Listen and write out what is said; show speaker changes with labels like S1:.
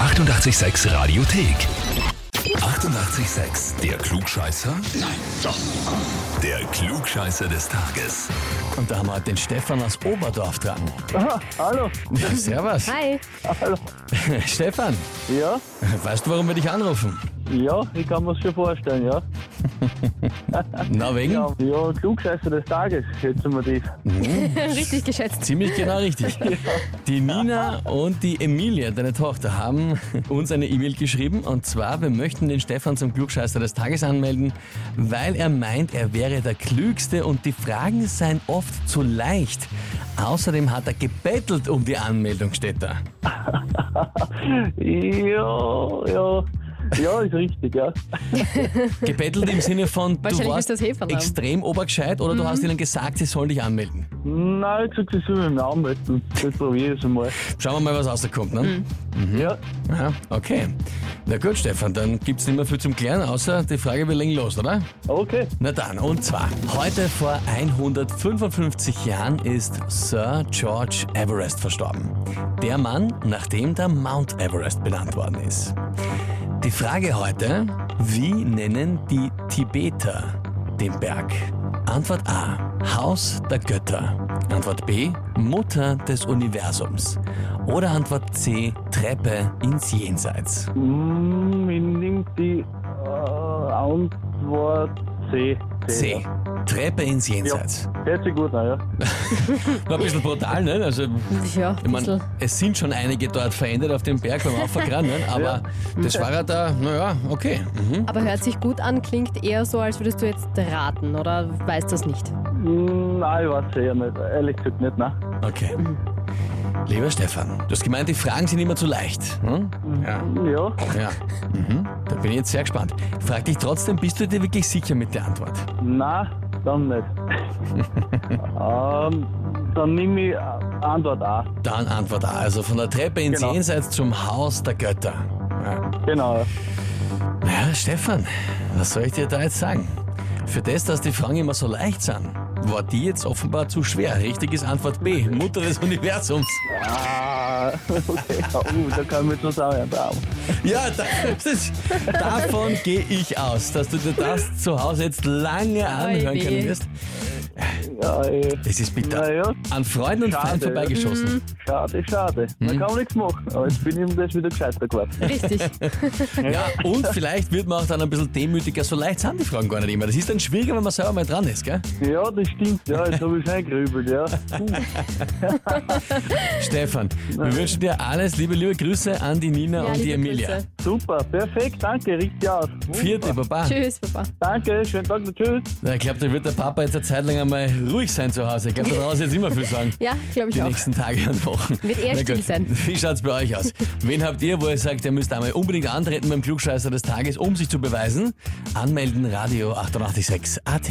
S1: 886 Radiothek. 88,6. Der Klugscheißer? Nein, doch. Der Klugscheißer des Tages.
S2: Und da haben wir den Stefan aus Oberdorf dran.
S3: Aha, hallo.
S2: Ja, servus.
S4: Hi.
S3: hallo.
S2: Stefan,
S3: Ja,
S2: weißt du, warum wir dich anrufen?
S3: ja, ich kann mir's schon vorstellen, ja.
S2: Na, wegen?
S3: Ja, ja Klugscheißer des Tages, schätzen wir die.
S4: Richtig geschätzt.
S2: Ziemlich genau richtig. Die Nina und die Emilia, deine Tochter, haben uns eine E-Mail geschrieben. Und zwar, wir möchten den Stefan zum Klugscheißer des Tages anmelden, weil er meint, er wäre der Klügste und die Fragen seien oft zu leicht. Außerdem hat er gebettelt um die Anmeldung, steht da.
S3: Ja, ja. Ja, ist richtig, ja.
S2: Gebettelt im Sinne von, du
S4: Wahrscheinlich ist
S2: warst
S4: das Mhm. Heferl.
S2: extrem obergescheit oder du hast ihnen gesagt, sie sollen dich anmelden.
S3: Nein, ich sag, das soll ich mir anmelden. Das probiere ich einmal.
S2: Schauen wir mal, was rauskommt, ne?
S4: Mhm.
S3: Ja,
S2: Aha, okay. Na gut, Stefan, dann gibt's nicht mehr viel zum Klären, außer die Frage, wir legen los, oder?
S3: okay.
S2: Na dann, und zwar, heute vor 155 Jahren ist Sir George Everest verstorben. Der Mann, nach dem der Mount Everest benannt worden ist. Die Frage heute, wie nennen die Tibeter den Berg? Antwort A, Haus der Götter. Antwort B, Mutter des Universums. Oder Antwort C, Treppe ins Jenseits.
S3: Hm, ich nehme die äh, Antwort C.
S2: C, Treppe ins
S3: Ja,
S2: Jenseits.
S3: hört sich gut an, ja.
S2: War ein bisschen brutal, ne? Also,
S4: Ja, ein
S2: Ich meine,
S4: bisschen.
S2: es sind schon einige dort verändert auf dem Berg beim Auffahren, aber das war ja da, naja, okay. Mhm.
S4: Aber hört sich gut an, klingt eher so, als würdest du jetzt raten oder weißt das nicht.
S3: Hm, Nein, ich weiß eh nicht. Ehrlich gesagt nicht, nein.
S2: Okay. Lieber Stefan, du hast gemeint, die Fragen sind immer zu leicht. Hm? Ja.
S3: Ja,
S2: ja. Mhm. Da bin ich jetzt sehr gespannt. Frag dich trotzdem, bist du dir wirklich sicher mit der Antwort?
S3: nein, dann nicht. ähm, dann nehme ich Antwort A.
S2: Dann Antwort A, also von der Treppe ins
S3: Genau.
S2: Jenseits zum Haus der Götter. Ja.
S3: Genau, ja.
S2: Ja, Stefan, was soll ich dir da jetzt sagen? Für das, dass die Fragen immer so leicht sind, war die jetzt offenbar zu schwer. Richtig ist Antwort B, Mutter des Universums.
S3: Ah, okay. Uh, da kann ich mich zusammen. Bravo.
S2: Ja, da, das, davon gehe ich aus, dass du dir das zu Hause jetzt lange anhören
S4: weh.
S2: können wirst.
S3: Ja, ey.
S2: Das ist bitter.
S3: Na ja.
S2: An Freunden und
S3: Schade,
S2: Feinden
S3: ja.
S2: vorbeigeschossen.
S3: Schade, schade. Da kann man nichts machen. Aber jetzt bin ich ihm das wieder gescheiter geworden.
S4: Richtig.
S2: Ja, und vielleicht wird man auch dann ein bisschen demütiger. So leicht sind die Fragen gar nicht immer. Das ist dann schwieriger, wenn man selber mal dran ist, gell?
S3: Ja, das stimmt. Ja, jetzt habe ich schon gerübelt, ja.
S2: Stefan, wir wünschen dir alles. Liebe, liebe Grüße an die Nina
S4: Ja,
S2: und die
S4: liebe
S2: Emilia.
S4: Grüße.
S3: Super, perfekt. Danke, richtig aus. Wunderbar.
S2: Vierte, Baba.
S4: Tschüss, Papa.
S3: Danke, schönen Tag noch. Tschüss.
S2: Na, ich glaube, da wird der Papa jetzt eine Zeit lang einmal ruhig sein zu Hause. Ich glaube, da brauchst du jetzt immer viel sagen.
S4: Ja, glaube ich
S2: Die
S4: auch.
S2: nächsten Tage und Wochen.
S4: Wird eher
S2: Na gut.
S4: still sein.
S2: Wie schaut's bei euch aus? Wen habt ihr, wo ihr sagt, ihr müsst einmal unbedingt antreten beim Klugscheißer des Tages, um sich zu beweisen? Anmelden, Radio 886 AT.